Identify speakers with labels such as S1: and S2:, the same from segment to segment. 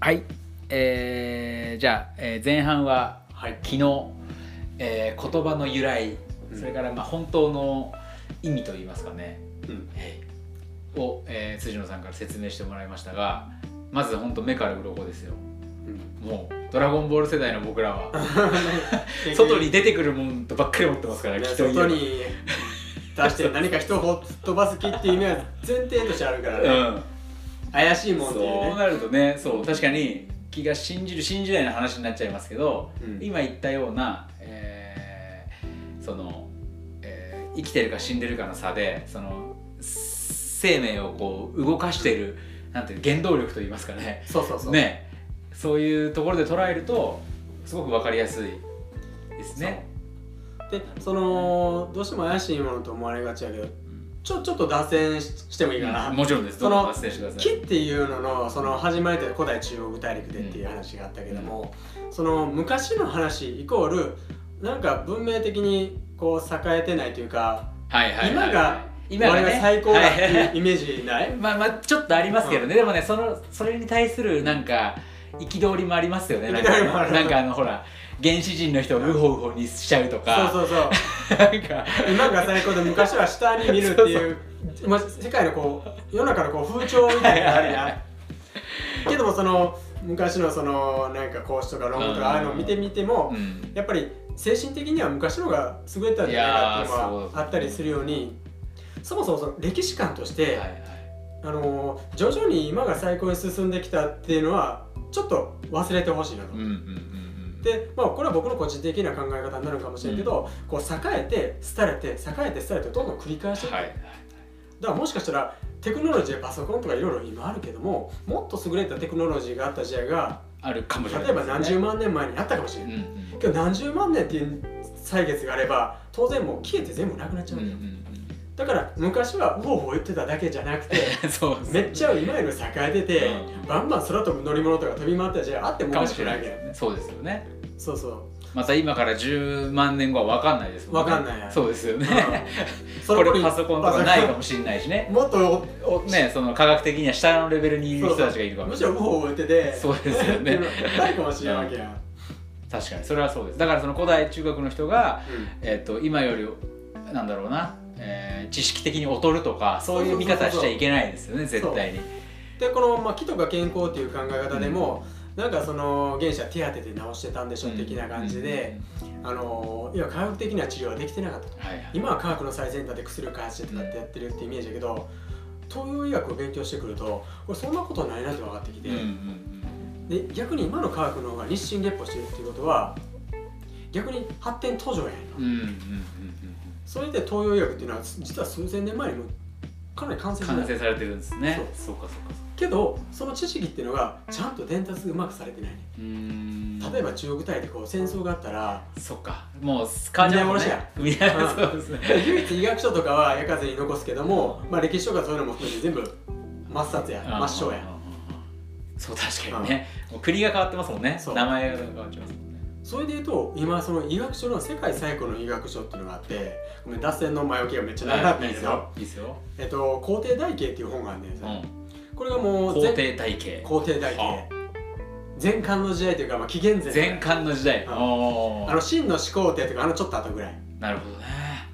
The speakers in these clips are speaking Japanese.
S1: はい、えーじゃあ、えー前半は
S2: はい
S1: 昨日、えー言葉の由来、
S2: うん
S1: それからまあ本当の意味といいますかね、
S2: うん
S1: えーを、えー辻野さんから説明してもらいましたがまず本当目から鱗ですよもう「ドラゴンボール」世代の僕らは外に出てくるもんとばっかり思ってますから、きっと
S2: 外に出して何か人をほっ飛ばす気っていう意味は前提としてあるからね、
S1: うん
S2: 怪しいもんっていう
S1: そう
S2: ね
S1: なるとねそう確かに気が信じる信じないの話になっちゃいますけど、
S2: うん
S1: 今言ったような、えーその、えー生きてるか死んでるかの差でその生命をこう動かしているなんていう原動力といいますかね
S2: そうそうそう
S1: ねそういうところで捉えるとすごく分かりやすいですね。
S2: でそのどうしても怪しいものと思われがちやけど
S1: うん
S2: ちょちょっと脱線ししてもいいかな、
S1: もちろんです。ど
S2: そうの
S1: ぞ脱線してくださ
S2: 木
S1: い。
S2: っていうののその始まりという古代中国大陸でっていう話があったけども、その昔の話イコールなんか文明的にこう栄えてないというか
S1: はいはいはい、
S2: 今が
S1: 今が
S2: 我
S1: ね
S2: 々最高だって
S1: はい
S2: いうイメージない、
S1: まあまあちょっとありますけどね、でもねそのそれに対するなんか憤りもありますよねなん
S2: 憤りも
S1: か
S2: ある
S1: なんかあのほら原始人の人をウホウホにしちゃうとか
S2: そうそうそう
S1: なんか
S2: 今が最高で昔は下に見るっていうまあ世界のこう世の中のこう風潮みたいなのある
S1: はいは
S2: や んけどもその昔のそのなんか孔子とか論文と
S1: うん
S2: かああいうのを見てみても、
S1: うん
S2: やっぱり精神的には昔の方が優れてたんじゃないかっていう
S1: いやーそ
S2: の
S1: う
S2: はあったりするようにそもそもその歴史観として、
S1: はいはい
S2: あのー徐々に今が最高に進んできたっていうのはちょっと忘れてほしいなと。
S1: うんうんうんうん
S2: でまあ、これは僕の個人的な考え方になるかもしれんけど、こう栄えて廃れて栄えて廃れてどんどん繰り返していく
S1: はいはい
S2: だからもしかしたらテクノロジーやパソコンとかいろいろ今あるけどももっと優れたテクノロジーがあった時代が
S1: あるかもしれない
S2: 例えば何十
S1: 万
S2: 万年前にあったかもしれ
S1: うん
S2: な
S1: う
S2: い、
S1: ん
S2: けど何十万年っていう歳月があれば当然もう消えて全部なくなっちゃ
S1: う
S2: うんん
S1: う
S2: だ
S1: ん
S2: よ、だから昔はウォーウォー言ってただけじゃなくて
S1: うん そう
S2: めっち
S1: ゃ
S2: ゃ今より栄えてて、
S1: うん
S2: バンバン空飛ぶ乗り物とか飛び回った時代あってもお
S1: かも
S2: かし
S1: し
S2: く
S1: れ
S2: な
S1: ないい
S2: わけ
S1: ですねそうですよね
S2: そうそう
S1: また今から10万年後は分かんないですもんね
S2: 分かんない
S1: そうですよね、
S2: そ
S1: こ
S2: の頃
S1: れ
S2: に
S1: パソコンとかないかもしれないしね
S2: もっと
S1: おね、その科学的には下のレベルにいる人たちがいるかも
S2: む
S1: し
S2: し
S1: れ
S2: ろ
S1: な
S2: ウ
S1: い
S2: ォーウォー言ってて
S1: そうですよね
S2: ないかもしれんわけやん、
S1: 確かにそれはそうですだからその古代中国の人が、えっと今よりなんだろうな、えー知識的に劣るとかそういう見方しちゃいけないですよね
S2: うそう
S1: 絶対に
S2: でこの、まあ、木とか健康っていう考え方でも、なんかその原始は手当てで治してたんでしょ的な感じで、、あのいや科学的な治療はできてなかったと
S1: うんはいはい
S2: 今は科学の最先端で薬を開発してとかってやってるってイメージだけど東洋医学を勉強してくるとこれそんなことないなって分かってきて、
S1: うんうん
S2: で逆に今の科学の方が日進月歩してるっていうことは逆に発展途上やん
S1: うんうんうんうんうん
S2: それで東洋医学っていうのは実は数千年前にもかなり完成
S1: うん
S2: してた
S1: 完成されてるんですね
S2: そ
S1: そうかそうかそ
S2: けどその知識っていうのがちゃんと伝達うまくされてないね
S1: ううーん
S2: 例えば中国大陸こう戦争があったら
S1: そっかもう患者もねみん
S2: 殺
S1: な
S2: しや
S1: そうですね
S2: 唯一医学書とかは焼かずに残すけども、まあ、歴史書とかそういうのも含めて全部抹殺や抹消
S1: うんうんう
S2: や
S1: んうんそう確かにねもう国が変わってますもんね
S2: そう
S1: 名前が変わっちゃいますもんね
S2: それでいうと今その医学書の世界最古の医学書っていうのがあってごめん脱線の前置きがめっちゃ長かったん
S1: いいですす
S2: でけど
S1: よいいですよ、
S2: 「えっと、皇帝大慶」っていう本があるんだよ
S1: う
S2: ね、
S1: ん、
S2: これがもう
S1: 皇
S2: 全
S1: 帝体系
S2: 皇帝大慶
S1: は
S2: 前漢の時代というか、まあ、紀元前
S1: 前漢の時代、
S2: うん
S1: おー
S2: あの秦の始皇帝とかあのちょっと後ぐらい、
S1: なるほどね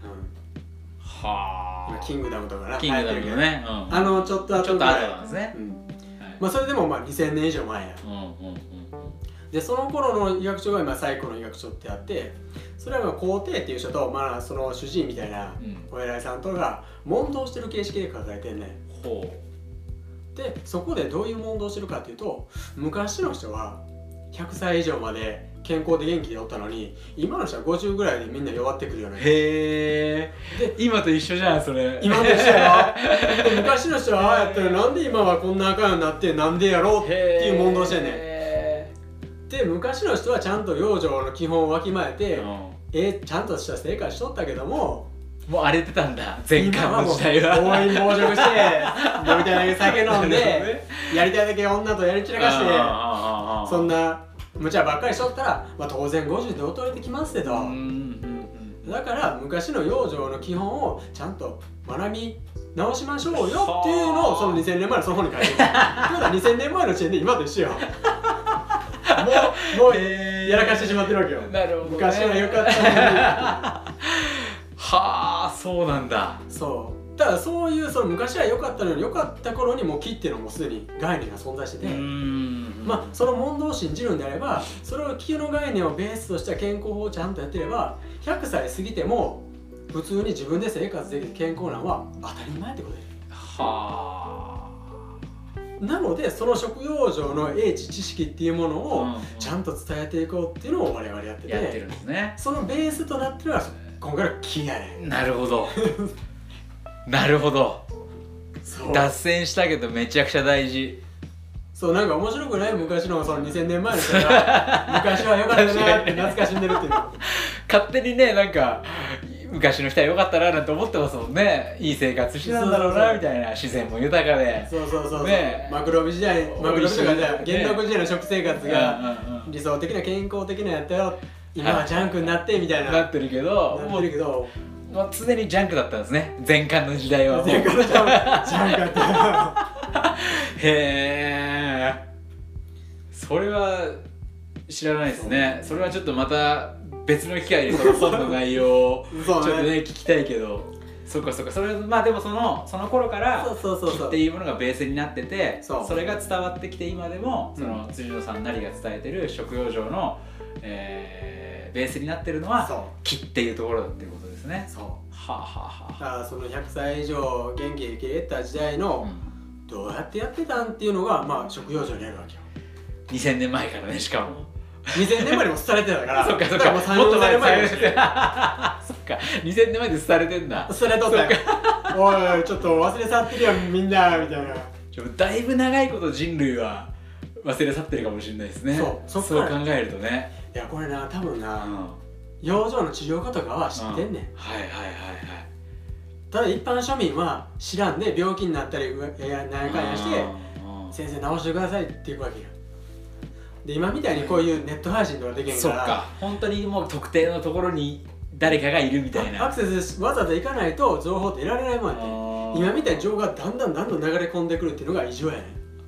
S2: うんま
S1: は
S2: あ
S1: あ
S2: キングダムとかな
S1: キングダムの
S2: 流行ってる
S1: ね、
S2: け
S1: うん、
S2: どあのちょっと
S1: ちょ
S2: 後
S1: っ
S2: ぐ
S1: と後
S2: らい
S1: なんですね、
S2: うん
S1: はい
S2: まあ、それでもまあ2000年以上前や
S1: うんうんうん
S2: でその頃の医学書が今最古の医学書ってあってそれはまあ皇帝っていう人と、まあ、その主治医みたいな
S1: うん
S2: お偉いさんとが問答してる形式で書かれてんねん
S1: ほ
S2: でそこでどういう問答してるかっていうと昔の人は100歳以上まで健康で元気でおったのに今の人は50ぐらいでみんな弱ってくるよ
S1: う
S2: ね
S1: へえ
S2: で
S1: 今と一緒じゃんそれ
S2: 今の人はで昔の人はああやったらなんで今はこんな赤になってなんでやろうっていう問答してんね
S1: ね
S2: んで昔の人はちゃんと養生の基本をわきまえて、
S1: うん
S2: えーちゃんとした生活しとったけども
S1: もう荒れてたんだ前漢の時代
S2: 今もう
S1: は
S2: 暴飲暴食して飲みたいだけ酒飲ん
S1: なる ほど
S2: で
S1: ね
S2: やりたいだけ女とやり散らか
S1: あー
S2: して
S1: あーあー
S2: そんな無茶ばっかりしとったら、まあ、当然50で衰えてきますけ
S1: う
S2: ど
S1: んうんうん
S2: だから昔の養生の基本をちゃんと学び直しましょうよっていうのを
S1: はあ
S2: その2000年前のその本に書いてるってことは2000年前の時点で今と一緒よもう
S1: え
S2: やらかしてしまってるわけよ
S1: なるほど、ね、
S2: 昔は良かったの
S1: はあそうなんだ
S2: にそうただそういうその昔は良かったのに良かった頃にもう木っていうのもすでに概念が存在して
S1: う
S2: て、
S1: ん
S2: まあ、その問答を信じるんであればそれを気の概念をベースとした健康法をちゃんとやってれば100歳過ぎても普通に自分で生活できる健康なんは当たり前ってことで
S1: は
S2: なのでその食用上の英知知識っていうもの
S1: あ、う
S2: を
S1: んうん
S2: ちゃんと伝えていこうっていうのを我々やってて
S1: やってるんですね
S2: そのベースとなってるのは今回の木やねん
S1: なるほどなるほど
S2: そう
S1: 脱線したけどめちゃくちゃ大事
S2: そうなんか面白くない昔のその2000年前の人が 昔は良かったなって懐かしんでるっていう
S1: 勝手にねなんか昔の人は良かったななんて思ってますもんねいい生活してたんだろう
S2: そうそう
S1: な
S2: そう
S1: みたいな自然も豊かで
S2: そうそうそうそう、
S1: ねえ
S2: マクロビ時代マクロビとかじゃ
S1: 美味しい
S2: 元禄時代の食生活が、
S1: うんうんうん
S2: 理想的な健康的なやったよ今はジャンクになってみたいな
S1: な
S2: な
S1: ってるけど
S2: っ
S1: も
S2: てるけ
S1: う、
S2: ど
S1: まあ、常にジャンクだったんですね前半の時代はもう
S2: 前回のジャンジャンクやっ
S1: へえそれは知らないですねそれはちょっとまた別の機会でその本の内容を
S2: た
S1: ちょっ
S2: そう
S1: とね
S2: ね
S1: 聞きたいけどそっかそっかそれまあでもそのその頃から
S2: そうそうそうそ
S1: っ
S2: う
S1: ていうものがベースになってて
S2: そう
S1: れが伝わってきて今でもその辻野さんなりが伝えてる食用上の、えーベースになってるのは
S2: そう
S1: 木っていうところだっていうことですね。
S2: そう
S1: はあ、はあ
S2: だ
S1: は
S2: からその100歳以上元気で生きれた時代
S1: あう
S2: の
S1: ん、
S2: どうやってやってたんっていうのがまあ食用上にあるわけよ
S1: 2000年前からねしかも。
S2: 2000年までも廃れてたから
S1: そっかそっか
S2: もう
S1: も
S2: 3 4年前
S1: そっ か2000年前で廃れてんだ
S2: それとったよおいおいちょっと忘れ去ってるよみんなみたいな
S1: ちょだいぶ長いこと人類は忘れ去ってるかもしれないですね
S2: そうそっ
S1: そう
S2: か
S1: 考
S2: ら
S1: えるとね、
S2: いやこれな多分
S1: うん、
S2: な
S1: は
S2: 養生の治療家とかは知ってんねん、
S1: いはいはいはい
S2: ただ一般庶民は知らんで病気になったりうえー何回やして先生治してくださいって言うわけやで今みたいにこういうネット配信とかできへんか
S1: そっ
S2: ら
S1: か本当にもう特定のところに誰かがいるみたい
S2: あア
S1: な
S2: クセスわざわざ行かないと情報って得られないもんやって今
S1: 今
S2: みたいに情報がだんだんだんだん流れ込んでくるっていうのが異常やねん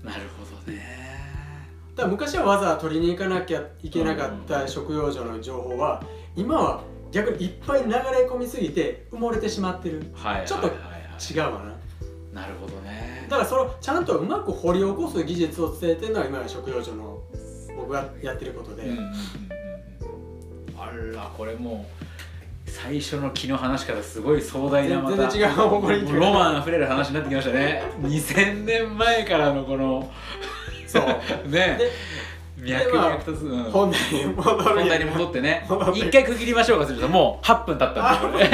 S1: なるほどね
S2: だから昔はわざわざ取りに行かなきゃいけなかった食用所の情報は今は逆にいっぱい流れ込みすぎて埋もれてしまってる
S1: はいはいはいはい
S2: ちょっと違うわな
S1: なるほどね
S2: だからそれをちゃんとうまく掘り起こす技術を伝えてるのが今の食用所の僕がやってることで、
S1: うんうんうんうんうんあらこれもう最初の気の話し方すごい壮大なまた
S2: 全然違う方向に行ってる
S1: ロマンあふれる話になってきましたね2000年前からのこの
S2: そう
S1: ね
S2: で
S1: 脈々とすうん
S2: 本題に戻る
S1: 本
S2: んや
S1: 題に戻ってね
S2: 戻って
S1: 一回区切りましょうかするともう8分経ったんでこれ